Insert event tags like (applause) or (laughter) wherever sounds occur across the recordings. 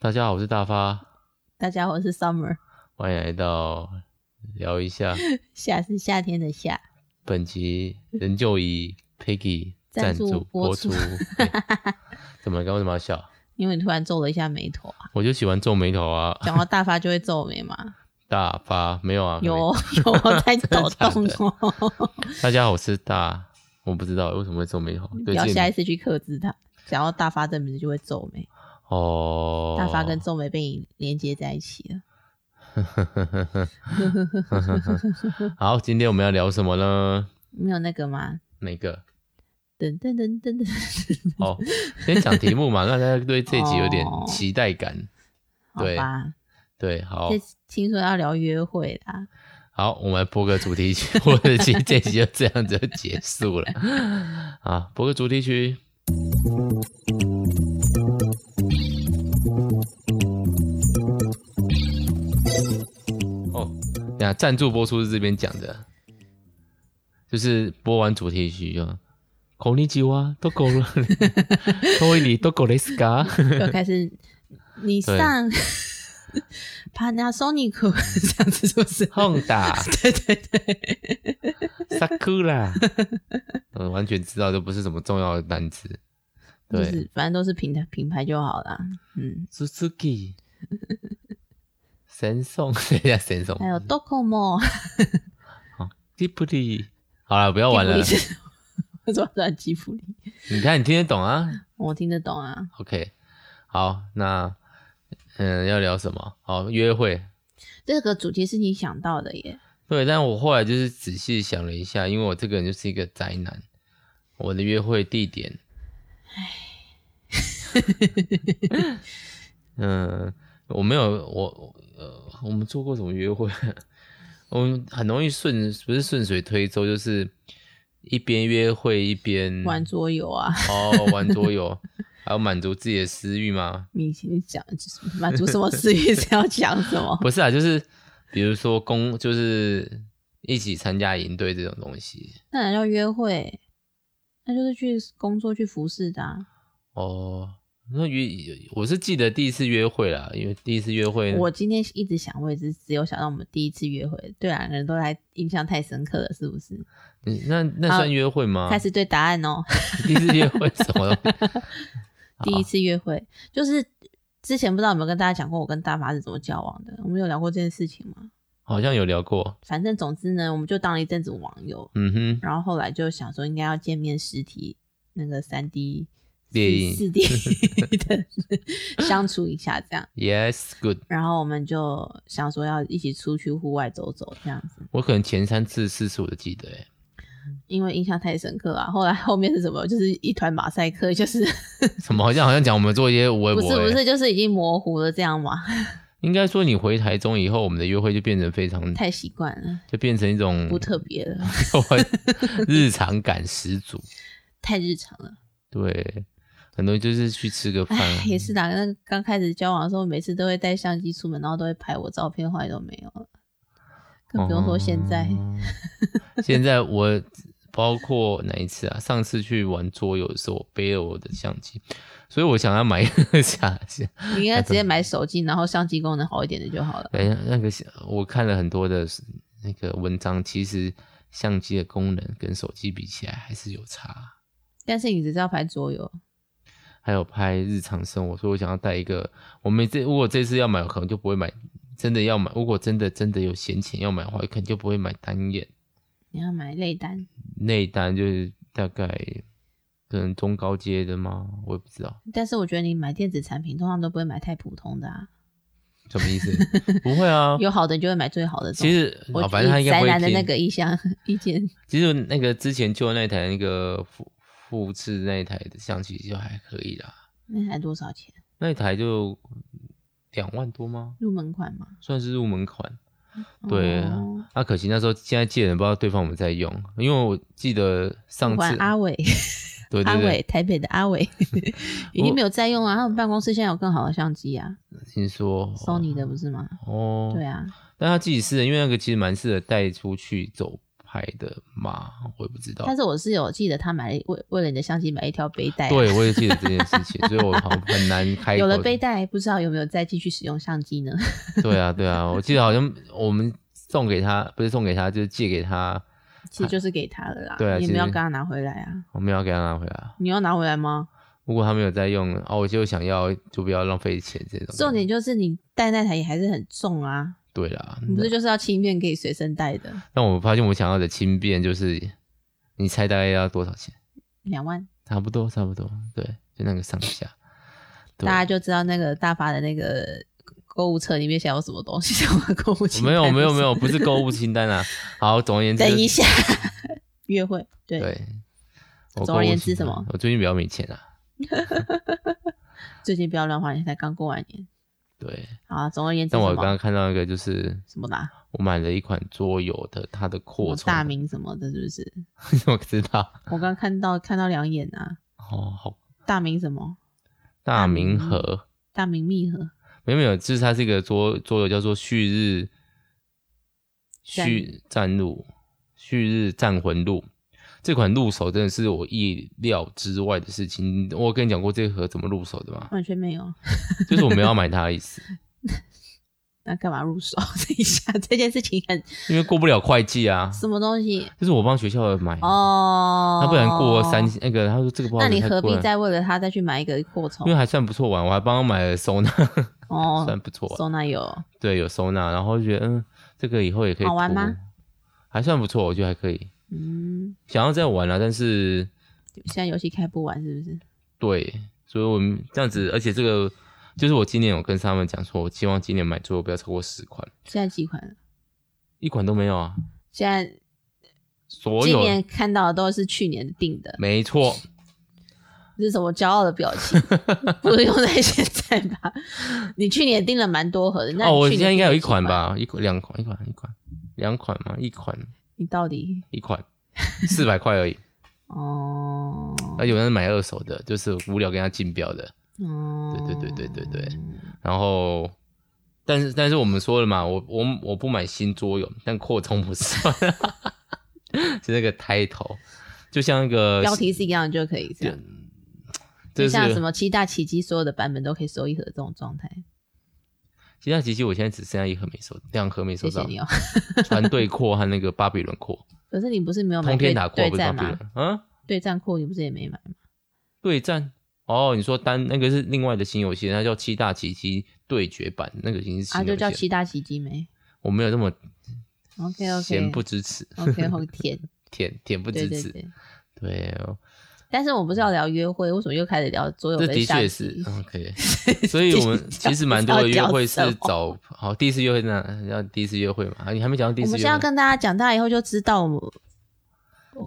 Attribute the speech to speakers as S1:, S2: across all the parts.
S1: 大家好，我是大发，
S2: 大家好，我是 Summer，
S1: 欢迎来到聊一
S2: (laughs)
S1: 下。
S2: 夏是夏天的夏，
S1: 本集仍旧以 Peggy 赞
S2: 赞助
S1: 助播
S2: 播
S1: 出。
S2: 出
S1: (laughs) 对怎么了？刚为什么要笑？
S2: 因为你突然皱了一下眉头啊，
S1: 我就喜欢皱眉头啊，
S2: 讲到大发就会皱
S1: (laughs)
S2: 眉嘛，
S1: 大发没有啊？
S2: 有哦有我在抖
S1: (laughs) 真的
S2: 动
S1: 假
S2: 哦，
S1: 大家好，我是大，我不知道为什么会皱眉头。最
S2: 要
S1: 近
S2: 下一次去克制它。讲到大发这名字就会皱眉，
S1: 哦，
S2: 大发跟皱眉被你连接在一起了。
S1: 好，今天我们要聊什么呢？
S2: 没有那个吗？
S1: 哪个？
S2: 噔噔噔噔噔，
S1: 哦，先讲题目
S2: (laughs)
S1: 嘛，让大家对这集有点
S2: 哦
S1: 期待感。
S2: 好
S1: 对哦
S2: 吧，
S1: 对，好
S2: 这，听说要聊约会啦，
S1: 好，我们来播个主题曲， (laughs) 或者其实这集就这样子就结束了。啊，播个主题曲。哦，那赞助播出是这边讲的，就是播完主题曲就。こんにちは、どこ (laughs) 了？トイレどこですか？
S2: 又
S1: (laughs)
S2: 开始你上 (laughs) Panasonic 这样子是不是？
S1: 轰打。
S2: 对对对，
S1: 萨库啦，嗯，完全知道这不是什么重要的单词。
S2: 就
S1: 对
S2: 是反正都是品牌品牌就好啦。嗯，
S1: ，Suzuki，神送， (laughs) 谁家神送？
S2: 还有 Docomo，
S1: Ghibli，好了，不要哦玩了。
S2: 吉卜力是我 (laughs) 怎么知道吉普力？
S1: (laughs) 你看，你听得懂啊
S2: 我听得懂啊。
S1: ？OK，好，那嗯，要聊什么？好，约会。
S2: 这个主题是你想到的耶，
S1: 对，但我后来就是仔细想了一下，因为我这个人就是一个宅男，我的约会地点，嗯，我没有，我呃，我们做过什么约会？ (laughs) 我们很容易顺，不是顺水推舟，就是一边约会一边
S2: 玩桌游啊，
S1: 哦，玩桌游，还有满足自己的私欲吗？
S2: 你你讲就是满足什么私欲 (laughs) 是要讲什么？
S1: 不是啊，就是比如说公，就是一起参加营队这种东西。
S2: 那哪叫约会？那就是去工作去服侍的、啊。
S1: 哦，那约我是记得第一次约会啦，因为第一次约会，
S2: 我今天一直想，我也是只有想到我们第一次约会，对啊两个人都来印象太深刻了，是不是？
S1: 嗯那那
S2: 好
S1: 算约会吗？
S2: 呃开始对答案哦。
S1: (laughs) 第一次约会什么东西？ (laughs)
S2: 第一次约会，就是之前不知道有没有跟大家讲过我跟大发是怎么交往的，我们有聊过这件事情吗？
S1: 好像有聊过，
S2: 反正总之呢，我们就当了一阵子网友，
S1: 嗯哼，
S2: 然后后来就想说应该要见面实体那个三 D
S1: 电影
S2: 四 D (laughs) 的相处一下这样，
S1: ，Yes，good。
S2: 然后我们就想说要一起出去户外走走这样子，
S1: 我可能前三次次数我都记得，欸
S2: 因为印象太深刻啊。后来后面是什么？就是一团马赛克，就是 (laughs)
S1: 什么好像好像讲我们做一些微
S2: 不
S1: 博，
S2: 是不
S1: 欸，
S2: 是，就是已经模糊了这样嘛，
S1: 应该说你回台中以后，我们的约会就变成非常，
S2: 太习惯了，
S1: 就变成一种 (laughs)
S2: 不特别了，
S1: 日常感十足，
S2: 太日常了。
S1: 对，很多就是去吃个饭，
S2: 唉，哎也是啦。那个刚开始交往的时候，每次都会带相机出门，然后都会拍我照片，后来都没有了。更不用说现在，
S1: 哦 (laughs) 现在我包括哪一次啊？上次去玩桌游的时候，我背了我的相机，所以我想要买 (laughs) 一个相机。
S2: 你应该直接买手机，然后相机功能好一点的就好了。
S1: 等一下，哎那个相我看了很多的那个文章，其实相机的功能跟手机比起来还是有差。
S2: 但是你只是要拍桌游，
S1: 还有拍日常生活，所以我想要带一个。我们这如果这次要买，我可能就不会买。真的要买，如果真的真的有闲钱要买的话，可能就不会买单眼。
S2: 你要买内单，
S1: 那一单就是大概可能中高阶的吗？我也不知道
S2: 但是我觉得你买电子产品通常都不会买太普通的啊，
S1: 什么意思。
S2: (laughs)
S1: 不会啊，
S2: 有好的你就会买最好的这种。
S1: 其实
S2: 我
S1: 啊，反正他应该不
S2: 宅
S1: 会
S2: 男的
S1: 听。
S2: 那个意向意见，
S1: 其实那个之前旧的那台那个复复制那一台的相机就还可以啦，
S2: 那才多少钱？
S1: 那一台就两万多吗？
S2: 入门款嘛。
S1: 算是入门款。对啊
S2: 哦，
S1: 啊，可惜那时候现在借人不知道对方有没有在用，因为我记得上
S2: 玩
S1: 次
S2: 阿伟，
S1: 对
S2: 阿
S1: 对
S2: 伟
S1: 对，
S2: 台北的阿
S1: (laughs)
S2: 伟已经没有在用啊，他们办公室现在有更好的相机啊。
S1: 听说
S2: Sony 的不是吗？
S1: 哦，
S2: 对啊，
S1: 但他自己是，因为那个其实蛮适合带出去走拍的吗？我也不知道。
S2: 但是我是有记得他买了一为为了你的相机买一条背带啊、
S1: 对，我也记得这件事
S2: (laughs)
S1: 情，所以我好像很难开口。
S2: 有了背带，不知道有没有再继续使用相机呢？ (laughs)
S1: 对啊，对啊，我记得好像我们送给他，不是送给他，就是借给他，
S2: 其实就是给他了啦，
S1: 哎对啊
S2: 你
S1: 其
S2: 没
S1: 实
S2: 有跟他拿回来啊？
S1: 我们要给他拿回来啊。
S2: 你要拿回来吗？
S1: 如果他没有在用，哦，我就想要，就不要浪费钱这种。
S2: 重点就是你带那台也还是很重啊，
S1: 对啦，
S2: 你不是就是要轻便可以随身带的，
S1: 但我发现我想要的轻便就是，你猜大概要多少钱？
S2: 两万，
S1: 差不多，差不多，对，就那个上下。对
S2: 大家就知道那个大发的那个购物车里面想要什么东西， (laughs) 想要购物清单
S1: 哦没有，没有，
S2: 是
S1: 没
S2: (laughs)
S1: 有，不是购物清单啊。好，总而言之，
S2: 等一下，约会，对，
S1: 对。我
S2: 总而
S1: 购物
S2: 言之
S1: 清
S2: 什
S1: 单
S2: 么
S1: 我最近比较没钱啊。
S2: 最近不要乱花钱，才刚过完年
S1: 对，
S2: 好啊。总而言之，
S1: 但我
S2: 什么
S1: 刚刚看到一个，就是
S2: 什么啦，
S1: 我买了一款桌游的，它的扩
S2: 我
S1: 充。(laughs)
S2: 哦大名什么的，是不是？
S1: 你怎么知道？
S2: 我刚看到看到两眼啊，
S1: 哦，好，
S2: 大名什么？
S1: 大明
S2: 明
S1: 盒
S2: 大明密盒，
S1: 没有没有，就是它是一个桌桌游，叫做旭日旭战录，旭日战魂录。这款入手真的是我意料之外的事情。我有跟你讲过这盒怎么入手的吗？
S2: 完全没有。
S1: 就是我没有要买它的意思，
S2: 那干嘛入手？ (laughs) 等一下，这件事情很
S1: 因为过不了会计啊。
S2: 什么东西
S1: 就是我帮学校的买，
S2: 哦？
S1: 他不然过三那个，他说这个不好，
S2: 那你
S1: 太
S2: 何
S1: 贵
S2: 必
S1: 了？
S2: 再为了他再去买一个扩充
S1: 因为？还算不错玩，我还帮他买了收纳，
S2: 哦，
S1: 算不错玩。
S2: 收纳有
S1: 对，有收纳，然后就觉得嗯，这个以后也可以
S2: 好玩
S1: 涂
S2: 吗？
S1: 还算不错，我觉得还可以，
S2: 嗯，
S1: 想要再玩啊了、但是
S2: 现在游戏开不完是不是？
S1: 对，所以我们这样子，而且这个就是我今年有跟他们讲说，我希望今年买桌游不要超过十款，
S2: 现在几款了？
S1: 一款都没有啊，
S2: 现在
S1: 所
S2: 今
S1: 有
S2: 年看到的都是去年定的，
S1: 没错，
S2: 这是什么骄傲的表情？ (laughs) 不用在现在吧？你去年订了蛮多盒的，那
S1: 哦，
S2: 你
S1: 我
S2: 去
S1: 现在
S2: 年
S1: 应该
S2: 订了
S1: 有一
S2: 几
S1: 款？吧，一款两款，一款一款两款嘛，一款
S2: 你到底
S1: 一款四百块而已，
S2: 哦
S1: 而且我那是买二手的，就是无聊跟他竞标的，
S2: 哦，
S1: 对对对对对对，然后，但是但是我们说了嘛，我我我不买新桌游，但扩充不算， (laughs) 是那个 title，就像一个
S2: 标，题是一样就可以这样，
S1: 这
S2: 就是像什么七大奇迹所有的版本都可以收一盒这种状态。
S1: 其他其实我现在只剩下一盒没收，两盒没收
S2: 谢谢
S1: 到，
S2: 你哦。 (laughs)
S1: 船队扩和那个巴比伦扩，
S2: 可是你不是没有哦买
S1: 通
S2: 对
S1: 天塔扩
S2: 对
S1: 不是巴
S2: 战
S1: 比伦
S2: 吗？，
S1: 嗯，
S2: 对战库你不是也没买吗？
S1: 对战。哦，你说单那个是另外的新游戏，那叫七大奇迹对决版，那个已经是新
S2: 啊，
S1: 游戏
S2: 就
S1: 了。
S2: 叫七大奇迹没
S1: 我没有那么 (laughs)
S2: ？OK OK，
S1: 咸不支持，
S2: OK 好甜，
S1: 甜甜 (laughs) 不
S2: 对
S1: 支
S2: 对
S1: 持。
S2: 对。
S1: 对哦，
S2: 但是我们不是要聊约会，为什么又开始聊桌游
S1: 这
S2: 跟
S1: 的
S2: 相
S1: 确
S2: 机？
S1: 是 OK，所
S2: (laughs)
S1: 以我们其实蛮多的约会是找好第一次约会那要第一次约会嘛，啊你还没讲到第一
S2: 我
S1: 次
S2: 们
S1: 约
S2: 现在要
S1: 会
S2: 跟大家讲，大家以后就知道我们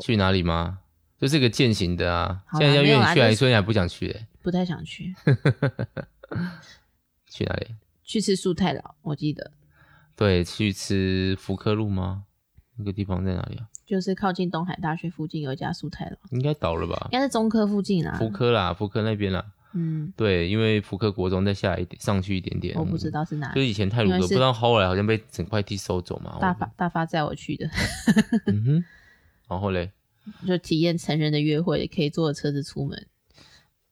S1: 去哪里吗？就是个践行的啊，
S2: 好啦
S1: 现在要约
S2: 没有
S1: 你
S2: 啦
S1: 去啊，
S2: 就是
S1: 你说你还不想去、欸，
S2: 不太想去
S1: 去哪里？
S2: 去吃素太老，我记得
S1: 对，去吃福科路吗？那个地方在哪里啊？
S2: 就是靠近东海大学附近有一家素太老，
S1: 应该倒了吧
S2: 应？该是中科附近啦。
S1: 福科啦，福科那边啦。
S2: 嗯，
S1: 对，因为福科国中再下来一点，上去一点点。
S2: 我不知，道是哪
S1: 就
S2: 里。
S1: 是以前泰鲁
S2: 啊因
S1: 阁，
S2: 为
S1: 不
S2: 是
S1: 知道后来好像被整块地收走嘛。
S2: 大
S1: 我
S2: 发大发载我去的，
S1: 嗯哼，然后嘞，
S2: 就体验成人的约会，可以坐着车子出门。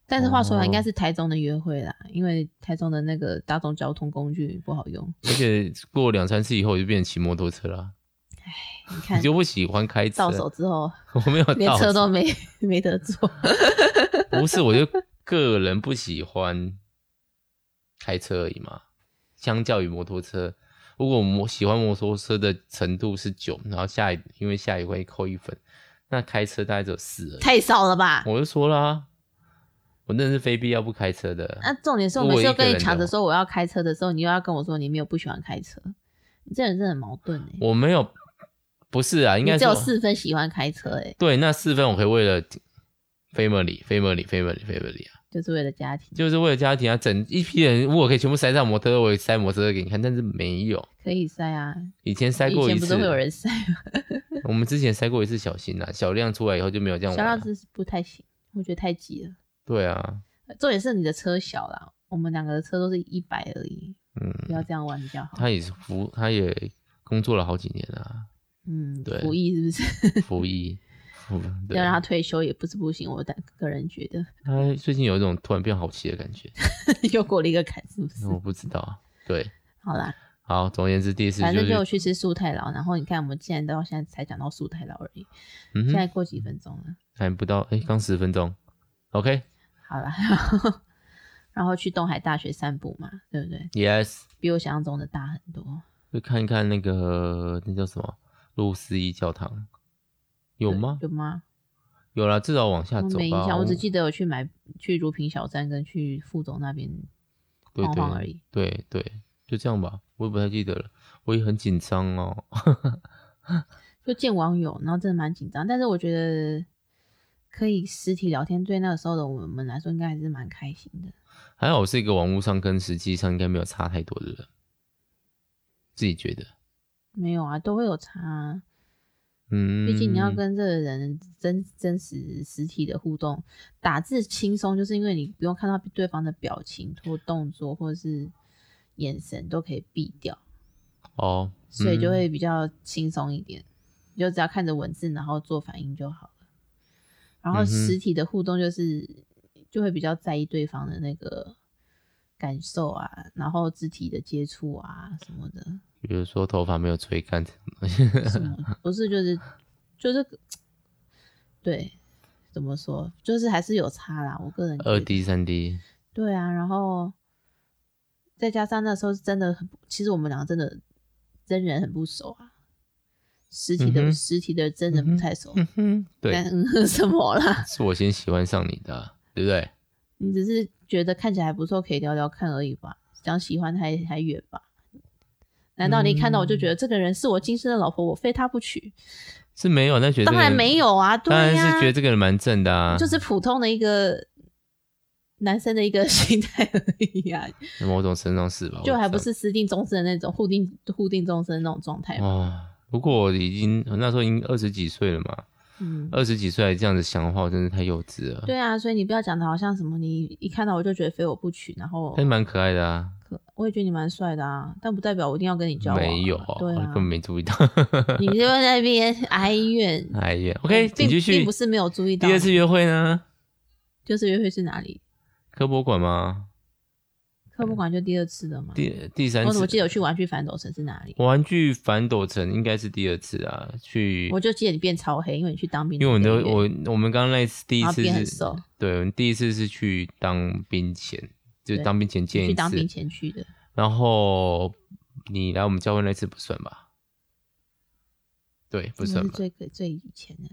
S2: 但是话说
S1: 哦
S2: 来，应该是台中的约会啦，因为台中的那个大众交通工具不好用。
S1: 而且过两三次以后，我就变成骑摩托车了啊。
S2: 你
S1: 你
S2: 看，
S1: 就不喜欢开车？
S2: 到手之后
S1: 我没有
S2: 连
S1: 到
S2: 车
S1: 手，
S2: 都没没得坐。
S1: 不是，我就个人不喜欢开车而已嘛。相较于摩托车，如果我摩喜欢摩托车的程度是九，然后下一因为下一会扣一分，那开车大概只有四而已。
S2: 太少了吧？
S1: 我就说啦、我那是非必要不开车的。
S2: 那、重点是我
S1: 如果
S2: 每次
S1: 一
S2: 都
S1: 个
S2: 跟你
S1: 人的
S2: 抢着
S1: 话
S2: 说我要开车的时候，你又要跟我说你没有不喜欢开车，你这人真的很矛盾哎、
S1: 我没有，不是啊，应该
S2: 你只有
S1: 说
S2: 四分喜欢开车哎、
S1: 对，那四分我可以为了 family family family family 啊。
S2: 就是为了家庭，
S1: 就是为了家庭啊，整一批人如果可以全部塞上摩托车，我也塞摩托车给你看，但是没有。
S2: 可以塞啊。
S1: 以前塞
S2: 以
S1: 过一
S2: 前不
S1: 次，
S2: 是会有人塞吗？
S1: 我们之前塞过一次小型啊，小量出来以后就没有这样
S2: 小
S1: 玩
S2: 样
S1: 了。
S2: 子是不太行，我觉得太挤了。
S1: 对啊，
S2: 重点是你的车小啦，我们两个的车都是一百而已，
S1: 嗯，
S2: 不要这样玩比较好。
S1: 他也是服，他也工作了好几年了啊、
S2: 嗯，
S1: 对
S2: 服役是不是？ (laughs)
S1: 服役，服对
S2: 要。让他退休也不是不行，我的个人觉得
S1: 他最近有一种突然变好奇的感觉，
S2: 又过了一个坎，是不是？
S1: 我不知道啊。对，
S2: 好啦，
S1: 好，总而言之，第一次
S2: 反
S1: 就
S2: 正就有
S1: 是，
S2: 去吃素太郎，然后你看我们竟然到现在才讲到素太郎而已，
S1: 嗯
S2: 现
S1: 哼，
S2: 在过几分钟了？
S1: 还不到，哎，刚十分钟，OK，Yes，
S2: 好啦，然后然后去东海大学散步嘛，对不对？比我想象中的大很多。
S1: 就看一看那个那叫什么路思义教堂，有吗？
S2: 有吗？
S1: 有啦，至少往下
S2: 我
S1: 走
S2: 没印
S1: 吧。
S2: 象，我只记得有去买去如平小站跟去副总那边
S1: 对
S2: 晃
S1: 对
S2: 晃而已。
S1: 对对，就这样吧，我也不太记得了，我也很紧张哦。 (laughs)
S2: 就见网友，然后真的蛮紧张，但是我觉得可以实体聊天，对那个时候的我们来说，应该还是蛮开心的。
S1: 还好我是一个网络上跟实际上应该没有差太多的人，自己觉得，
S2: 没有啊，都会有差啊，
S1: 嗯，
S2: 毕竟你要跟这个人真真实实体的互动，打字轻松，就是因为你不用看到对方的表情或动作，或者是眼神都可以避掉，
S1: 哦，
S2: 所以就
S1: 嗯
S2: 会比较轻松一点。你就只要看着文字，然后做反应就好了。然后
S1: 嗯哼
S2: 实体的互动就是就会比较在意对方的那个感受啊，然后肢体的接触啊什么的。
S1: 比如说头发没有吹干这种东西，(laughs)
S2: 什么？不是，就是就是，对，怎么说？就是还是有差啦。我个人觉
S1: 二
S2: 得
S1: D、三 D，
S2: 对啊，然后再加上那时候是真的很不，其实我们两个真的真人很不熟啊，实体的、
S1: 嗯哼
S2: 实体的真人不太熟。
S1: 嗯哼，
S2: (laughs)
S1: 对，
S2: 但嗯 (laughs) 哼什么啦？
S1: 是我先喜欢上你的，啊对不对？
S2: 你只是觉得看起来还不错，可以聊聊看而已吧。讲喜欢还还远吧？难道你一看到我
S1: 嗯
S2: 就觉得这个人是我今生的老婆，我非他不娶？
S1: 是没有，那觉得这
S2: 当
S1: 个
S2: 然
S1: 人
S2: 没，有啊，对
S1: 当
S2: 呀、
S1: 然是觉得这个人蛮正的啊，
S2: 就是普通的一个男生的一个 (laughs) 心态而已啊，
S1: 某种程度上是吧？
S2: 就
S1: 我
S2: 还
S1: 知
S2: 不
S1: 道
S2: 是私定终身的那种互定互定终身那种状态嘛。
S1: 哇。不过我已经那时候已经二十几岁了嘛，
S2: 嗯，
S1: 二十几岁还这样子想的话，我真是太幼稚了。
S2: 对啊，所以你不要讲的好像什么，你一看到我就觉得非我不娶，然后
S1: 但是蛮可爱的啊，
S2: 可我也觉得你蛮帅的啊，但不代表我一定要跟你交往啊、
S1: 没有，
S2: 对
S1: 我
S2: 啊
S1: 根本，没注意到。
S2: 你就在那边 (laughs) 哀怨。
S1: 哎呀，OK， (laughs)
S2: 并
S1: 请继续。
S2: 并不是没有注意到
S1: 第二次约会呢？
S2: 就是约会是哪里？
S1: 科博馆吗？
S2: 科博馆就第二次的嘛。
S1: 第第三
S2: 我哦怎么
S1: 次
S2: 记得我去玩具反斗城是哪里？
S1: 玩具反斗城应该是第二次啊，去
S2: 我就记得你变超黑，因为你去当兵
S1: 因
S2: 那
S1: 为我
S2: 个
S1: 们都
S2: 月。
S1: 我我们刚刚那一次第一
S2: 然后
S1: 次
S2: 变很
S1: 是
S2: 瘦，
S1: 对，我们第一次是去当兵前，就
S2: 对
S1: 当兵前见
S2: 去
S1: 一
S2: 当兵
S1: 次，
S2: 前去的。
S1: 然后你来我们教会那次不算吧？对，不
S2: 真的
S1: 算
S2: 是
S1: 吧？
S2: 最最最以前的，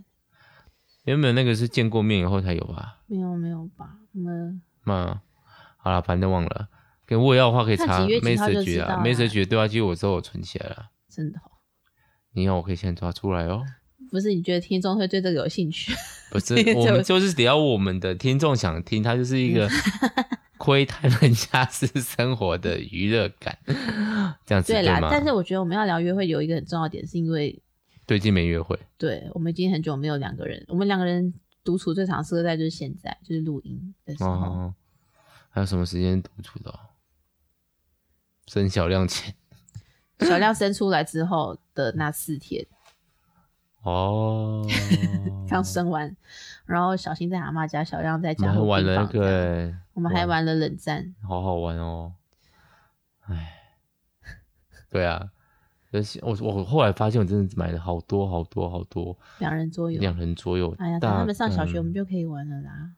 S1: 原本那个是见过面以后才有吧？
S2: 没有没有吧？我们
S1: 嘛，好了，反正忘了。跟我要的话可以
S2: 看
S1: 查
S2: 几月几号就
S1: message
S2: 知道
S1: 啊
S2: 啦
S1: ，message 的对话记录我之后我存起来了。
S2: 真的哦、
S1: 你要我可以现在抓出来
S2: (laughs)
S1: 哦。
S2: 不是你觉得听众会对这个有
S1: (laughs)
S2: 兴趣？
S1: 不是
S2: 这，
S1: 我们就是只要我们的听众想听，它就是
S2: (laughs)
S1: 一个窥探人家私生活的娱乐感，这样子
S2: 对啦，
S1: 吗？
S2: 但是我觉得我们要聊约会有一个很重要的点，是因为
S1: 最近没约会，
S2: 对我们已经很久没有两个人，我们两个人独处最长时刻在就是现在，就是录音的时候。
S1: 哦，还有什么时间独处的哦？省小量钱
S2: 小亮生出来之后的那四天，，
S1: (laughs) 哦
S2: 刚生完，然后小新在阿妈家，小亮在
S1: 我
S2: 家
S1: 们还
S2: 后
S1: 玩了那
S2: 病房
S1: 个
S2: 这样
S1: 欸，
S2: 我们还
S1: 哇
S2: 玩了冷战，
S1: 好好玩哦。哎，对啊，而且我我后来发现，我真的买了好多好多好多
S2: 两人桌游。
S1: 两人左右。
S2: 哎呀，等
S1: 大
S2: 他们上小学，我们
S1: 嗯
S2: 就可以玩了啦。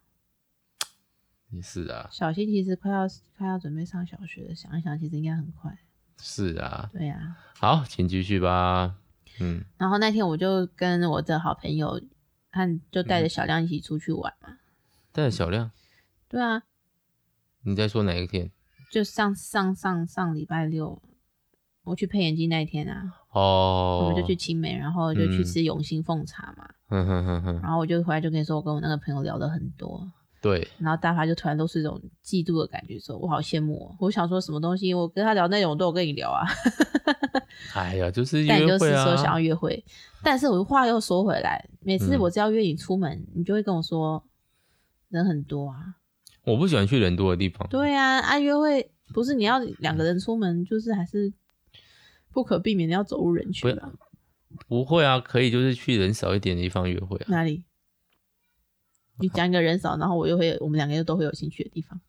S1: 也是啊，
S2: 小新其实快要快要准备上小学了，想一想，其实应该很快。
S1: 是啊。
S2: 对呀、
S1: 好，请继续吧。嗯，
S2: 然后那天我就跟我的好朋友和就带
S1: 嗯
S2: 着小亮一起出去玩嘛。
S1: 但小亮，
S2: 对啊，
S1: 你在说哪一天？
S2: 就上上上上礼拜六，我去配眼镜那一天啊，
S1: 哦，嗯
S2: 我们就去。青梅，然后就去吃永兴凤茶嘛。
S1: 哼哼哼哼，
S2: 然后我就回来就跟你说，我跟我那个朋友聊了很多，
S1: 对，
S2: 然后大发就突然都是一种嫉妒的感觉，说我好羡慕、哦。我想说什么东西，我跟他聊内容我都有跟你聊啊。
S1: 哎呀，就是
S2: 但你就
S1: 约
S2: 是
S1: 会
S2: 说想要
S1: 啊。
S2: 约会，但是我话又说回来，每次
S1: 嗯
S2: 我只要约你出门，你就会跟我说人很多啊。
S1: 我不喜欢去人多的地方。
S2: 对啊，啊约会不是你要两个人出门，就是还是不可避免的要走入人群啊。
S1: 不会啊，可以就是去人少一点的地方约会啊。
S2: 哪
S1: (laughs)
S2: 里？你讲一个人少，然后我又会，我们两个又都会有兴趣的地方。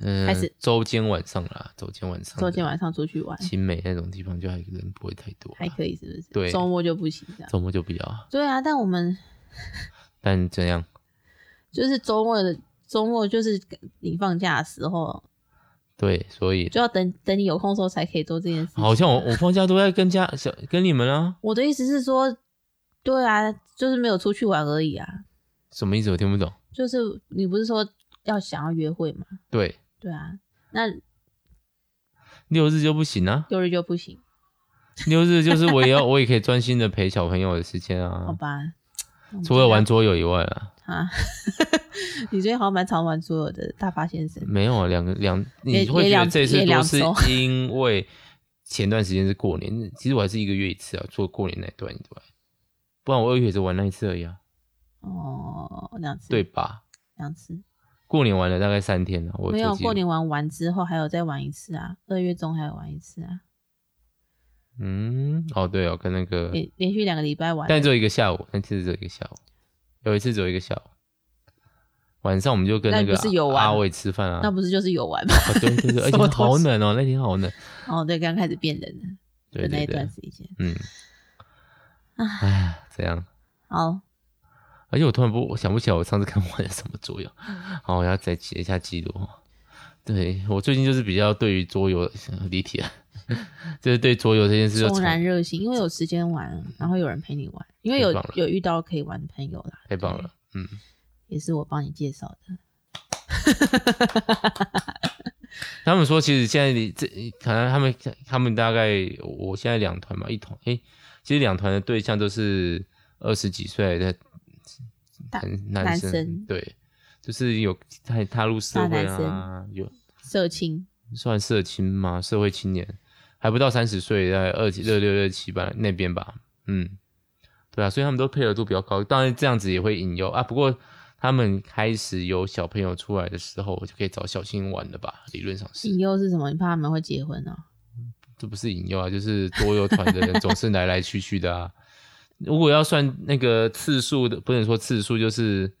S1: 嗯、
S2: 开始
S1: 周间晚上啦，周间晚上，
S2: 周天晚上出去玩
S1: 新美那种地方就还人不会太多啊，
S2: 还可以，是不是？
S1: 对
S2: 周末就不行这样。
S1: 周末就不要啊。
S2: 对啊，但我们
S1: 但怎样？
S2: 就是周末的周末，就是你放假的时候，
S1: 对，所以
S2: 就要等等你有空的时候才可以做这件事情。
S1: 好像我我放假都在跟家小跟你们啊，
S2: 我的意思是说，对啊，就是没有出去玩而已啊。
S1: 什么意思？我听不懂。
S2: 就是你不是说要想要约会吗？
S1: 对，
S2: 对啊，那
S1: 六日就不行啊，
S2: 六日就不行，
S1: 六日就是我也要我也可以专心的陪小朋友的时间
S2: 好
S1: 啊，
S2: 吧？哦那我们
S1: 除了玩
S2: 尽
S1: 桌游以外啊，
S2: 量啊， (laughs) 你最近好像蛮常玩桌游的，大发先生。
S1: 没有啊，两个两
S2: 也
S1: 你会
S2: 也
S1: 觉得
S2: 两
S1: 这次
S2: 也
S1: 多
S2: 两
S1: 是
S2: 周 (laughs)
S1: 因为前段时间是过年，其实我还是一个月一次啊，做过年那段以外，不然我二月只玩那一次而已啊，
S2: 嗯哦，两次，
S1: 对，吧？
S2: 两次。
S1: 过年玩了大概三天了、我
S2: 没
S1: 做
S2: 有
S1: 记
S2: 过
S1: 录，
S2: 年玩完之后还有再玩一次啊，二月中还有玩一次啊，
S1: 嗯，哦对哦，跟那个，
S2: 连连续两个礼拜玩。
S1: 但只有一个下午，那次只有一个下午，有一次只有一个下午，晚上我们就跟
S2: 那
S1: 个
S2: 不是有玩
S1: 阿伟吃饭啊，
S2: 那不是就是有玩吗？ (laughs)
S1: 哦对对对，而
S2: 什
S1: 且
S2: 么
S1: 好
S2: 东西
S1: 冷哦，那天好冷，
S2: 哦，对，刚开始变人了
S1: 对
S2: 的那
S1: 对
S2: 一段
S1: 对，
S2: 时间。
S1: 嗯，
S2: 唉
S1: 哎，这样。
S2: 好，
S1: 而且我突然不我想不起来我上次跟玩的什么桌游，
S2: 嗯
S1: 好，我要再写一下记录哦。对我最近就是比较对于桌游呃离题了，就是对桌游这件事就
S2: 重
S1: 从
S2: 燃热心，因为有时间玩，然后有人陪你玩，因为有
S1: 太棒了
S2: 有遇到可以玩的朋友啦，
S1: 太棒了，嗯，
S2: 也是我帮你介绍的。
S1: 他们说，其实现在你这可能他们他们大概我现在两团嘛，一团诶、其实两团的对象都是二十几岁的
S2: 大
S1: 男男
S2: 男
S1: 生，
S2: 生
S1: 对，就是有踏踏入社
S2: 大
S1: 会
S2: 男
S1: 啊，有
S2: 社青，
S1: 算社青吗？社会青年还不到三十岁，在二七二六二七吧那边吧，嗯，对啊，所以他们都配合度比较高，当然这样子也会引诱啊，不过。他们开始有小朋友出来的时候，就可以找小新玩了吧？理论上是，
S2: 引诱是什么？你怕他们会结婚哦？
S1: 这不是引诱啊，就是桌游团的人总是来来去去的啊。如果要算那个次数的，不能说次数，就是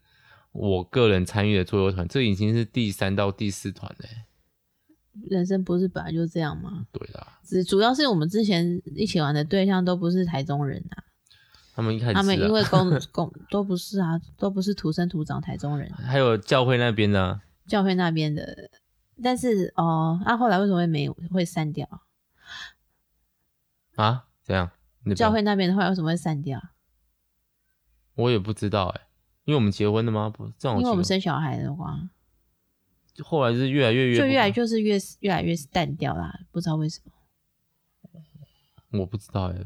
S1: 我个人参与的桌游团，这已经是第三到第四团嘞、
S2: 人生不是本来就这样吗？
S1: 对啦，
S2: 只主要是我们之前一起玩的对象都不是台中人啊，
S1: 他们一开始、啊、
S2: 他们
S1: (laughs)
S2: 因为工工都不是啊，都不是土生土长台中人，
S1: 还有教会那边呢、
S2: 教会那边的。但是哦，那、后来为什么会没会删掉？
S1: 啊，怎样？那边
S2: 教会那边的话为什么会删掉？
S1: 我也不知道哎、因为我们结婚了吗？不，这种
S2: 因为我们生小孩的话，
S1: 后来是越来越越
S2: 就
S1: 不
S2: 越来
S1: 敢
S2: 就是越越来越淡掉啦，不知道为什么。
S1: 我不知道哎、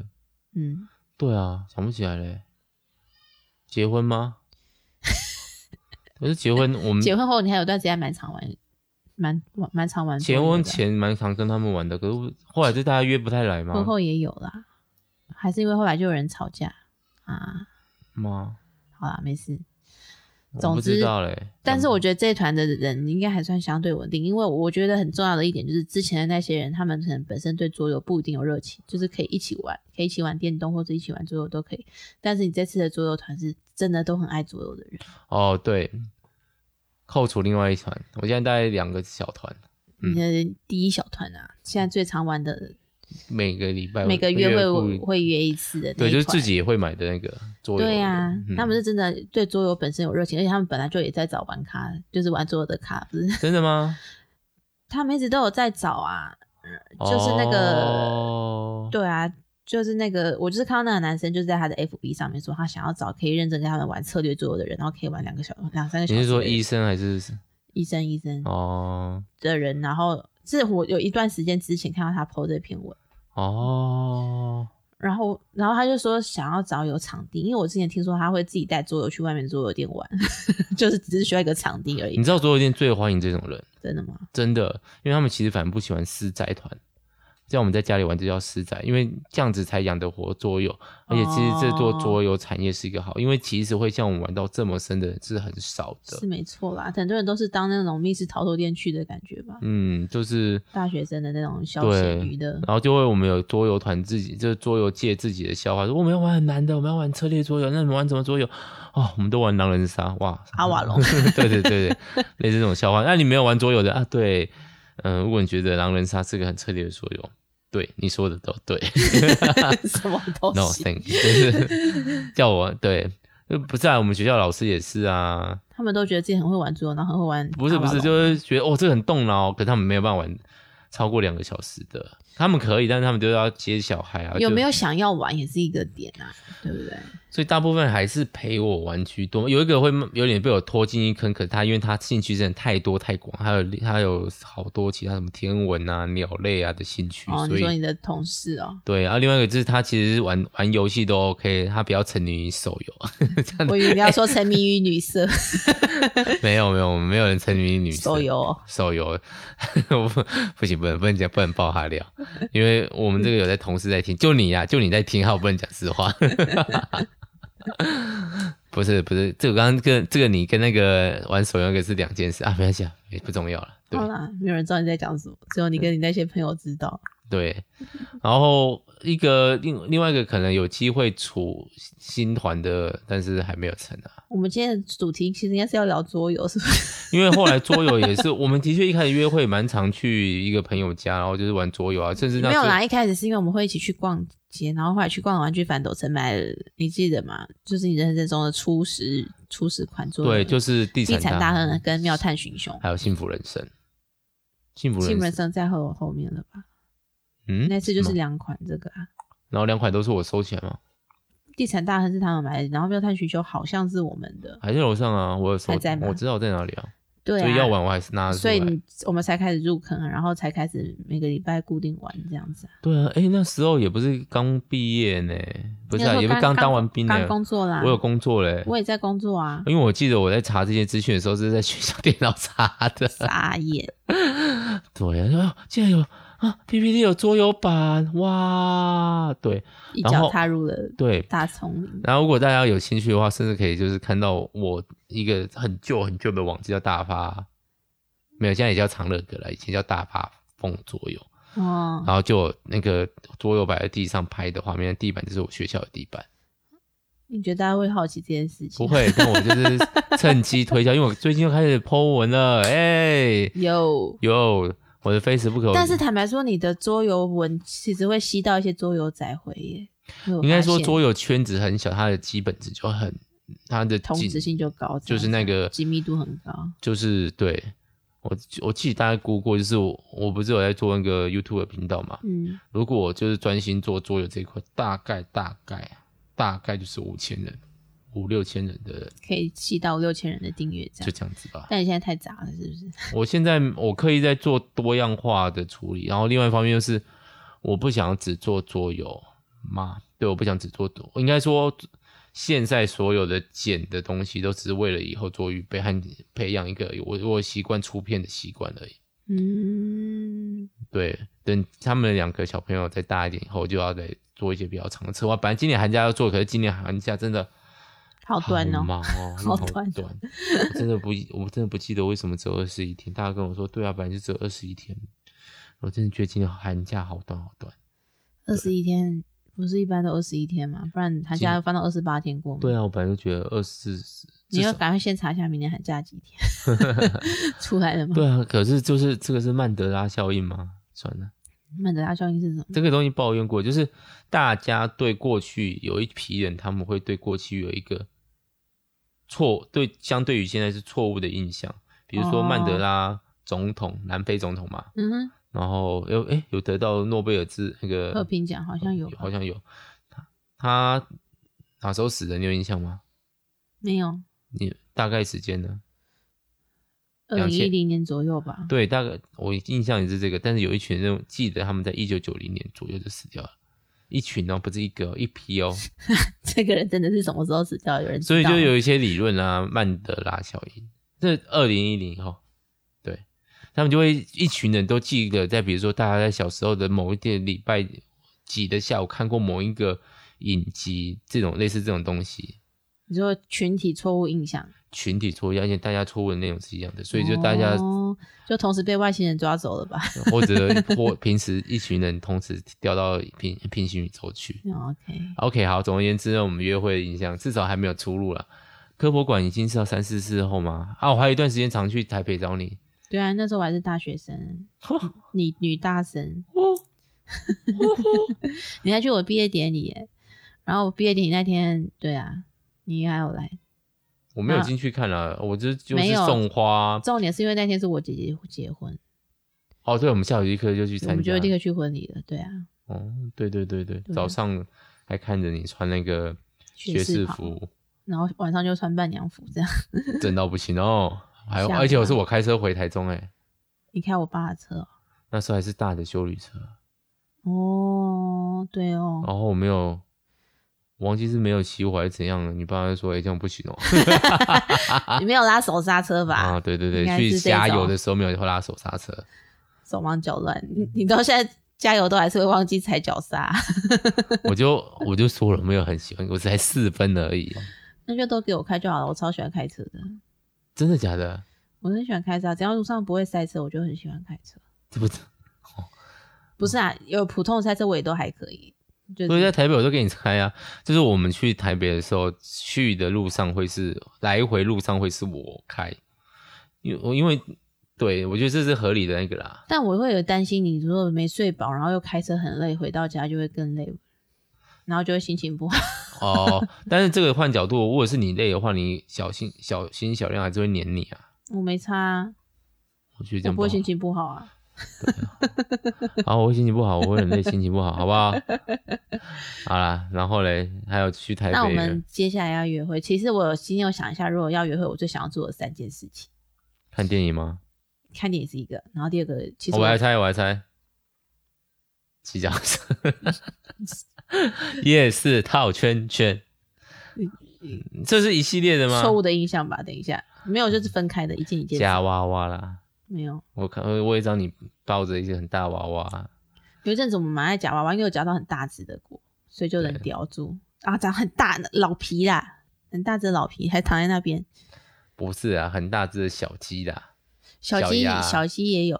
S2: 嗯，
S1: 对啊，想不起来嘞、结婚
S2: (laughs)
S1: 吗？可是结婚，我们
S2: 结婚后你还有段时间蛮常玩，蛮玩蛮常玩桌
S1: 结
S2: 游的啊。
S1: 婚前蛮常跟他们玩的，可是后来就大家约不太来嘛
S2: 婚。后也有啦，还是因为后来就有人吵架啊。
S1: 吗？
S2: 好啦，没事。
S1: 我
S2: 总
S1: 不
S2: 之
S1: 知道欸嗯嘞。
S2: 但是我觉得这一团的人应该还算相对稳定，因为我觉得很重要的一点就是之前的那些人，他们可能本身对桌游不一定有热情，就是可以一起玩，可以一起玩电动或者一起玩桌游都可以。但是你这次的桌游团是真的都很爱桌游的人，
S1: 哦，对，扣除另外一团，我现在大概两个小团，嗯
S2: 你的第一小团啊，现在最常玩的
S1: 每个礼拜
S2: 每个
S1: 约
S2: 月会
S1: 会
S2: 会约一次的那
S1: 对，
S2: 一
S1: 就是
S2: 团
S1: 自己也会买的那个桌游的。
S2: 对呀、
S1: 嗯
S2: 他们是真的对桌游本身有热情，而且他们本来就也在找玩咖，就是玩桌游的咖，不是？
S1: (laughs)
S2: (laughs)
S1: 真的吗？
S2: 他们一直都有在找啊，就是那个
S1: 哦，
S2: 对啊，就是那个，我就是看到那个男生就是在他的 FB 上面说，他想要找可以认真跟他们玩策略桌游的人，然后可以玩两个小两三个小
S1: 你
S2: 时。
S1: 是说医生还是
S2: 医生医生
S1: 哦
S2: 的人？然后是我有一段时间之前看到他 PO 这篇文，
S1: 哦？
S2: 然后然后他就说想要找有场地，因为我之前听说他会自己带桌游去外面桌游店玩， (laughs) 就是只是需要一个场地而已
S1: 你。知道桌游店最欢迎这种人，
S2: 真的吗？
S1: 真的，因为他们其实反而不喜欢私宅团，这样我们在家里玩就叫私宅，因为这样子才养得活桌
S2: 哦
S1: 游，而且其实这做桌游产业是一个好，因为其实会像我们玩到这么深的是很少的
S2: 是。没错啦，很多人都是当那种密室逃脱店去的感觉吧，
S1: 嗯，就是
S2: 大学生的那种消
S1: 对
S2: 遣娱乐
S1: 然。后就会我们有桌游团自己，就是桌游界自己的笑话，说我们要玩很难的，我们要玩策略桌游，那你们玩什么桌游？哦，我们都玩狼人杀，哇，
S2: 阿
S1: (laughs)
S2: 瓦隆 (laughs)
S1: 对对对对，类似这种笑话。那你没有玩桌游的啊？对，嗯、如果你觉得狼人杀是个很策略的桌游，对你说的都对
S2: 什么
S1: (laughs)
S2: 东
S1: ，no
S2: 西
S1: thank you，就是 (laughs) 叫我对。呃不是啊，我们学校老师也是啊，
S2: 他们都觉得自己很会玩桌游，然后很会玩阿瓦隆。
S1: 不是不是，就是觉得哦，这个很动脑，可他们没有办法玩超过两个小时的，他们可以，但是他们就要接小孩啊，
S2: 有
S1: 就
S2: 没有想要玩也是一个点啊，对不对？
S1: 所以大部分还是陪我玩居多。有一个会有点被我拖进一坑，可他因为他兴趣真的太多太广，还有他有好多其他什么天文啊、鸟类啊的兴趣，
S2: 哦，你
S1: 所
S2: 说
S1: 以
S2: 你的同事
S1: (laughs)
S2: 哦，
S1: 对。啊然、后另外一个就是他其实是玩玩游戏都 OK，他比较沉迷于手游。 (laughs) 这样
S2: 我以为你要说沉迷于女色
S1: 没有没有没有人沉迷于女生
S2: 手游哦，
S1: 手游， (laughs) 我不不行不能不能讲不能爆他料，因为我们这个有在同事在听，就你呀、就你在听，好不能讲实话。 (laughs) 不是不是，这个刚刚跟这个你跟那个玩手游那个是两件事啊，没关系啊，也不重要了。对
S2: 好啦，没有人知道你在讲什么，只有你跟你那些朋友知道。
S1: 对，然后一个另另外一个可能有机会出新团的，但是还没有成啊。
S2: 我们今天的主题其实应该是要聊桌游，是不是？
S1: 因为后来桌游也是，我们的确一开始约会蛮常去一个朋友家，然后就是玩桌游啊，甚至那
S2: 没
S1: 时
S2: 有
S1: 候
S2: 啦，一开始是因为我们会一起去逛街，然后后来去逛了玩具反斗城买了，你记得吗？就是你人生中的初始初始款桌游，
S1: 对，就是地
S2: 地
S1: 产
S2: 产大
S1: 大
S2: 亨跟妙探寻凶。
S1: 还有幸福人生，幸福人
S2: 幸
S1: 生，
S2: 福人生在后后面了吧？
S1: 嗯，
S2: 那次就
S1: 什
S2: 是
S1: 么，
S2: 两款这个啊，
S1: 然后两款都是我收钱嘛，
S2: 地产大亨是他们买的，然后妙探寻凶好像是我们的，
S1: 还在楼上啊，我有收
S2: 还在，吗
S1: 我知道在哪里啊，
S2: 对
S1: 所以要
S2: 啊，
S1: 玩我还是拿得出
S2: 所
S1: 来
S2: 以，你我们才开始入坑啊，然后才开始每个礼拜固定玩这样子啊。
S1: 对啊，哎，那时候也不是刚毕业呢，不是啊，
S2: 那
S1: 也
S2: 时
S1: 不
S2: 候
S1: 是刚当完兵呢，
S2: 刚工作啦，
S1: 我有工作嘞，
S2: 我也在工作
S1: (laughs)
S2: 啊，
S1: 因为我记得我在查这些资讯的时候是在学校电脑查的， (laughs)
S2: 傻眼，
S1: 对啊，说竟然有啊 PPT 有桌游版，哇，对
S2: 一
S1: 然后
S2: 脚踏入了
S1: 对。
S2: 大丛林。
S1: 然后，如果大家有兴趣的话，甚至可以就是看到我一个很旧很旧的网站叫大发，没有，现在也叫长乐阁了，以前叫大发风桌游。
S2: 哦，
S1: 然后就有那个桌游摆在地上拍的画面，地板就是我学校的地板。
S2: 你觉得大家会好奇这件事情？
S1: 不，
S2: 啊
S1: 会，但我就是趁机推销，因为我最近又开始 Po 文了，哎、
S2: 有。
S1: 有我的 Facebook，有
S2: 但是坦白说，你的桌游文其实会吸到一些桌游仔回耶。我有
S1: 应该
S2: 发
S1: 说
S2: 现
S1: 桌游圈子很小，它的基本值就很，它的
S2: 同
S1: 紧
S2: 质性就高，
S1: 就是那个
S2: 紧密度很高。
S1: 就是对我我自己大概估过，就是我我不是有在做那个 YouTube 的频道嘛，
S2: 嗯，
S1: 如果我就是专心做桌游这一块，大概大概大概就是五千人，五六千人的人
S2: 可以吸到六千人的订阅这
S1: 就
S2: 样。
S1: 这样子吧。
S2: 但你现在太杂了，是不是？
S1: 我现在我刻意在做多样化的处理，然后另外一方面就是我不想只做桌游嘛，对，我不想只做桌，应该说现在所有的剪的东西都只是为了以后做预备和培养一个我我习惯出片的习惯而已。
S2: 嗯，
S1: 对，等他们两个小朋友再大一点以后，就要再做一些比较长的策划。本来今年寒假要做，可是今年寒假真的
S2: 好短哦。
S1: 忙
S2: (laughs)
S1: 哦，
S2: 好
S1: 又
S2: 短哦
S1: 短，我真的不，我真的不记得为什么只有二十一天。大家跟我说，对啊，本来就只有二十一天。我真的觉得今年寒假好短好短。
S2: 二十一天不是一般都二十一天嘛？不然寒假要翻到二十八天过吗？
S1: 对啊，我本来就觉得二十四，
S2: 你
S1: 至
S2: 要
S1: 少
S2: 赶快先查一下明年寒假几
S1: (laughs)
S2: 天出来了吗？
S1: 对啊，可是就是这个是曼德拉效应吗？算了。
S2: 曼德拉效应是什么？
S1: 这个东西抱怨过，就是大家对过去有一批人，他们会对过去有一个错，对相对于现在是错误的印象。比如说
S2: 哦
S1: 曼德拉总统，南非总统嘛，
S2: 嗯哼，
S1: 然后有诶有得到诺贝尔治那个
S2: 和平奖好像有吧
S1: 好像有。他他哪时候死的？你有印象吗？
S2: 没有，
S1: 你大概时间呢？
S2: 二
S1: 两
S2: 零
S1: 千
S2: 一零年左右吧。
S1: 对，大概我印象也是这个，但是有一群人记得他们在一九九零年左右就死掉了，一群哦，不是一个哦、一批哦。
S2: 这个人真的是什么时候死掉？有人知
S1: 所以
S2: 道
S1: 就
S2: 吗
S1: 有一些理论啊，曼德拉效应，这二零一零后，对，他们就会一群人都记得，在比如说大家在小时候的某一天礼拜几的下午看过某一个影集，这种类似这种东西，
S2: 你说群体错误印象，
S1: 群体错误，而且大家错误的内容是一样的，所以就大家、
S2: 哦、就同时被外星人抓走了吧 (laughs)
S1: 或者或 (laughs) 平时一群人同时掉到平平行宇宙去。
S2: 哦？OK，
S1: OK，好，总而言之呢，我们约会的影响至少还没有出入了。科博馆已经是到三四四后吗？啊，我还有一段时间常去台北找你。
S2: 对啊，那时候我还是大学生，女女大生，
S1: 哦
S2: 你还去我毕业典礼耶，然后我毕业典礼那天，对啊，你还有来。
S1: 我没有进去看了，我就就是
S2: 啊没有
S1: 送花。
S2: 重点是因为那天是我姐姐结婚，
S1: 哦，对，我们下午一刻就去
S2: 我
S1: 参
S2: 们
S1: 加
S2: 就。立刻去婚礼了。对啊，
S1: 哦，对对对对，
S2: 对啊
S1: 早上还看着你穿那个
S2: 学
S1: 学士
S2: 士袍
S1: 服，
S2: 然后晚上就穿伴娘服这样。
S1: 正到不行哦。
S2: (laughs)
S1: 还有，
S2: 吓
S1: 而且我
S2: 到
S1: 是我开车回台中哎、
S2: 你开我爸的车哦
S1: 那时候还是大的修理车，
S2: 哦，哦对哦，
S1: 然后我没有，我忘记是没有熄火还是怎样了。你爸爸说：“哎、这样不行哦。
S2: 你没有拉手刹车”吧？
S1: 啊，对对对
S2: 应，该
S1: 去
S2: 是这
S1: 加
S2: 种
S1: 油的时候没有拉手刹车。
S2: 手忙脚乱，你你到现在加油都还是会忘记踩脚刹， (laughs)
S1: 我就我就说了，没有很喜欢，我才四分而已。
S2: 那就都给我开就好了。我超喜欢开车的，
S1: 真的假的？
S2: 我很喜欢开车啊，只要路上不会塞车，我就很喜欢开车。
S1: 这不，
S2: 不是啊，有普通的塞车我也都还可以，就
S1: 所以在
S2: 是
S1: 台北我都给你猜啊。就是我们去台北的时候，去的路上会是来回路上会是我开，因为我因为对我觉得这是合理的那个啦。
S2: 但我会有担心，你如果没睡饱，然后又开车很累，回到家就会更累，然后就会心情不好。 (laughs)
S1: 哦，但是这个换角度，如果是你累的话，你小心小心小亮还是会黏你啊。
S2: 我没差啊，
S1: 我觉得这
S2: 我
S1: 样
S2: 不
S1: 不
S2: 会
S1: 好。
S2: 心情不好啊。 (laughs)
S1: 好，我会心情不好，我会很累，心情不好，好不好？好啦，然后嘞，还有去台北。
S2: 那我们接下来要约会，其实我有今天有想一下，如果要约会，我最想要做的三件事情，
S1: 看电影吗？
S2: 看电影是一个，然后第二个其
S1: 哦
S2: 实
S1: 我
S2: 我
S1: 来猜，我来猜，骑脚踏车， (laughs) 夜市套圈圈，这是一系列的吗？
S2: 错误的印象吧。等一下，没有，就是分开的，一件一件
S1: 夹娃娃啦，
S2: 没有。
S1: 我看呃我也让你抱着一个很大娃娃，
S2: 有一阵子我们蛮爱夹娃娃，因为有夹到很大只的果，所以就能
S1: 对
S2: 叼住啊，长很大老皮啦，很大只的老皮还躺在那边。
S1: 不是啊，很大只的小鸡啦。
S2: 小
S1: 小
S2: 鸡
S1: 鸭
S2: 小鸡也有，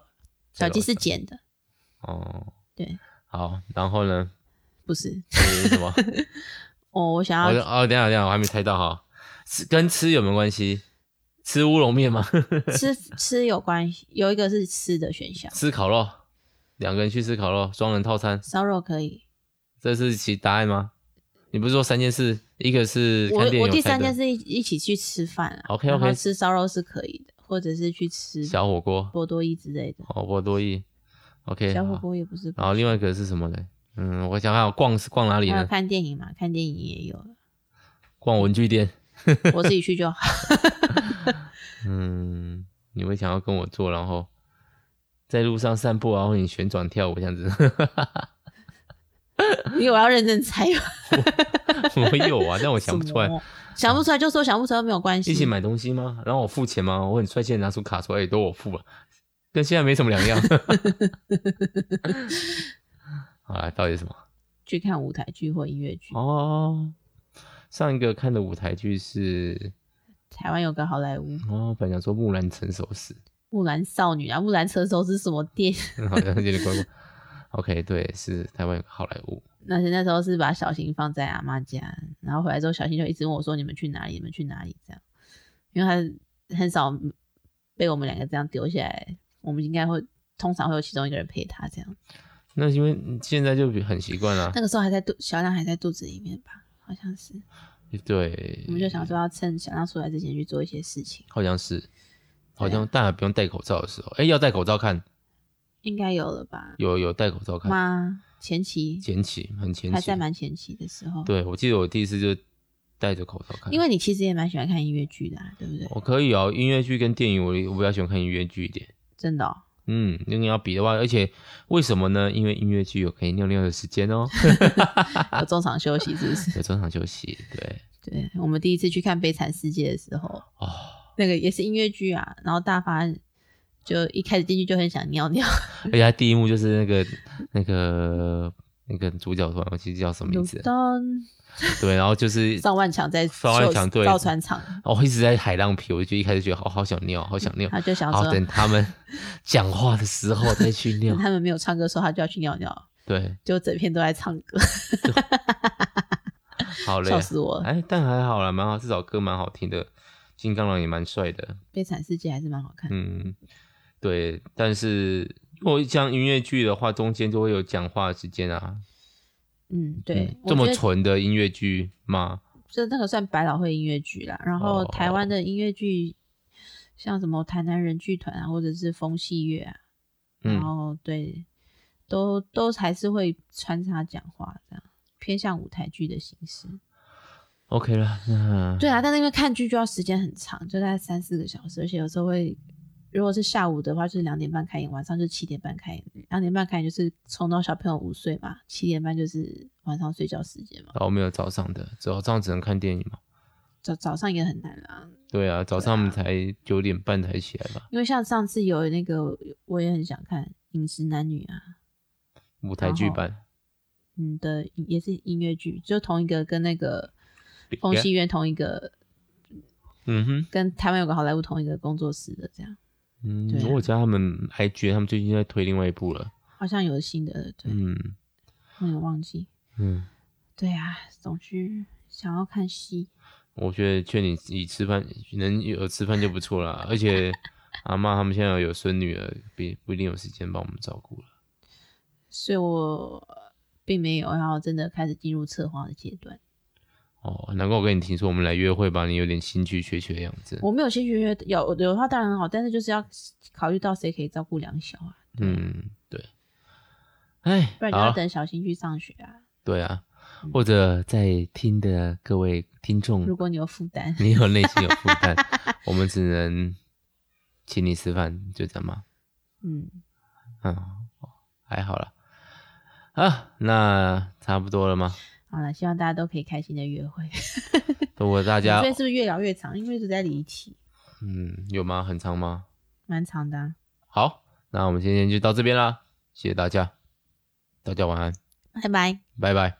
S1: 这
S2: 小
S1: 个
S2: 鸡
S1: 我
S2: 是捡的，
S1: 哦，
S2: 对，
S1: 好，然后呢？
S2: 不是。
S1: 这是什么？
S2: 哦，我想
S1: 我
S2: 要
S1: 的哦，等一下等一下，我还没猜到哈，吃跟吃有没有关系？吃乌龙面吗？ (laughs)
S2: 吃吃有关系，有一个是吃的选项，
S1: 吃烤肉，两个人去吃烤肉，双人套餐。
S2: 烧肉可以。
S1: 这是其答案吗？你不是说三件事，一个是
S2: 我
S1: 看电影，
S2: 我第三件
S1: 事
S2: 是一一起去吃饭啊
S1: OK，OK
S2: 然后吃烧肉是可以的，或者是去吃
S1: 小火锅，
S2: 波多伊之类的，
S1: 火锅多益，OK，
S2: 小火
S1: 好
S2: 锅也不是不
S1: 然后另外一个是什么嘞？嗯，我想想逛是逛哪里
S2: 还有
S1: 呢？
S2: 看电影嘛，看电影也有，
S1: 逛文具店。
S2: 我自己去就好。
S1: 嗯，你会想要跟我做，然后在路上散步，然后你旋转跳舞这样子。 (laughs)
S2: 因为我要认真猜吧，
S1: 我有啊，但我想不出来
S2: 什。么，想不出来就说想不出来没有关系。
S1: 一起买东西吗？然后我付钱吗？我很率性地拿出卡说：“哎、都我付了，跟现在没什么两
S2: (laughs)
S1: 样。”好啦，到底是什么？
S2: 去看舞台剧或音乐剧。
S1: 哦，上一个看的舞台剧是
S2: 台湾有个好莱坞《
S1: 哦，本来想说《木兰成熟时
S2: 木兰少女》啊，《木兰车手》是什么电影？》，
S1: 好像有点怪怪。OK，对，是台湾有个好莱坞。
S2: 那是那时候是把小新放在阿妈家，然后回来之后，小新就一直问我说：“你们去哪里？你们去哪里？”这样，因为他很少被我们两个这样丢下来，我们应该会通常会有其中一个人陪他这样。
S1: 那因为现在就很习惯啊了
S2: 那，个时候还在肚小亮还在肚子里面吧，好像是，
S1: 对，
S2: 我们就想说要趁小亮出来之前去做一些事情，
S1: 好像是，好像大家不用戴口罩的时候，哎、要戴口罩看，
S2: 应该有了吧？
S1: 有有戴口罩看，
S2: 妈，前期
S1: 前期很前
S2: 还
S1: 期
S2: 在，蛮前期的时候，
S1: 对我记得我第一次就戴着口罩看，
S2: 因为你其实也蛮喜欢看音乐剧的、啊，对不对？
S1: 我可以哦，音乐剧跟电影我我比较喜欢看音乐剧一点。
S2: 真的、哦。
S1: 嗯，那你要比的话，而且为什么呢？因为音乐剧有可以尿尿的时间
S2: (laughs)
S1: 哦，
S2: 有中场休息是 (laughs) 不是？
S1: 有中场休息。对，
S2: 对，我们第一次去看《悲惨世界》的时候，
S1: 哦，
S2: 那个也是音乐剧啊，然后大发就一开始进去就很想尿尿，
S1: 而且他第一幕就是那个那个那个主角突然忘记叫什么
S2: (laughs)
S1: 名字了，
S2: 到
S1: 对，然后就是
S2: (laughs) 上万强在
S1: 上万强对
S2: 造船厂，
S1: 哦一直在海浪皮，我就一开始觉得好好想尿，好想尿，
S2: 嗯他就想
S1: 好
S2: 说，
S1: 等他们 (laughs) 讲话的时候再去尿
S2: 等，他们没有唱歌的时候，他就要去尿尿，
S1: 对，
S2: 就整片都在唱歌，
S1: 好嘞
S2: 笑，死我了！
S1: 哎，但还好啦，蛮好，至少歌蛮好听的，金刚狼也蛮帅的，
S2: 悲惨世界还是蛮好看的，
S1: 嗯，对，但是如果像音乐剧的话，中间就会有讲话的时间啊，
S2: 嗯，对
S1: 嗯，
S2: 我
S1: 这
S2: 觉
S1: 么
S2: 得
S1: 纯的音乐剧吗？
S2: 就那个算百老汇音乐剧啦。然后
S1: 哦
S2: 台湾的音乐剧，像什么台南人剧团啊，或者是风戏乐啊，然
S1: 嗯，
S2: 后对，都都还是会穿插讲话这样，偏向舞台剧的形式。
S1: OK 了，那
S2: 对啊，但是因为看剧就要时间很长，就大概三四个小时，而且有时候会，如果是下午的话，就是两点半开演，晚上就七点半开演。两点半开演就是冲到小朋友午睡嘛，七点半就是晚上睡觉时间嘛。
S1: 然后没有早上的，早上只能看电影嘛。
S2: 早早上也很难啦，
S1: 对啊，早上我们才九点半才起来吧，
S2: 因为像上次有那个，我也很想看《饮食男女》啊，
S1: 舞台剧版。
S2: 嗯的也是音乐剧，就同一个跟那个风戏院同一个，
S1: 嗯哼，
S2: 跟台湾有个好莱坞同一个工作室的这样。对啊
S1: 嗯，我有加他们 IG，他们最近在推另外一部了。
S2: 好像有新的，对，
S1: 嗯
S2: 我有忘记。
S1: 嗯，
S2: 对啊，总之想要看戏，
S1: 我觉得劝你以吃饭能有吃饭就不错啦，而
S2: (laughs)
S1: 且阿妈他们现在有孙女儿，不不一定有时间帮我们照顾了。
S2: 所以我呃并没有要真的开始进入策划的阶段。
S1: 哦，难怪我跟你听说我们来约会吧，你有点兴趣缺缺的样子。
S2: 我没有兴趣约，有有的话当然很好，但是就是要考虑到谁可以照顾两小啊，
S1: 嗯，对。哎，
S2: 不然你
S1: 好
S2: 要
S1: 了
S2: 等小新去上学啊。
S1: 对啊，或者在听的各位听众，
S2: 如果你有负担，
S1: 你有内心有负
S2: (laughs)
S1: 担，我们只能请你吃饭，就这样嘛。
S2: 嗯，
S1: 嗯，还好啦。啊，那差不多了
S2: (laughs)
S1: 吗？
S2: 好了，希望大家都可以开心的约会。
S1: 如果大家
S2: (laughs) 所以是不是越聊越长？因为一直在离题，
S1: 嗯有吗？很长吗？
S2: 蛮长的、啊。
S1: 好，那我们今天就到这边啦，谢谢大家，大家晚安，
S2: 拜拜。
S1: 拜拜。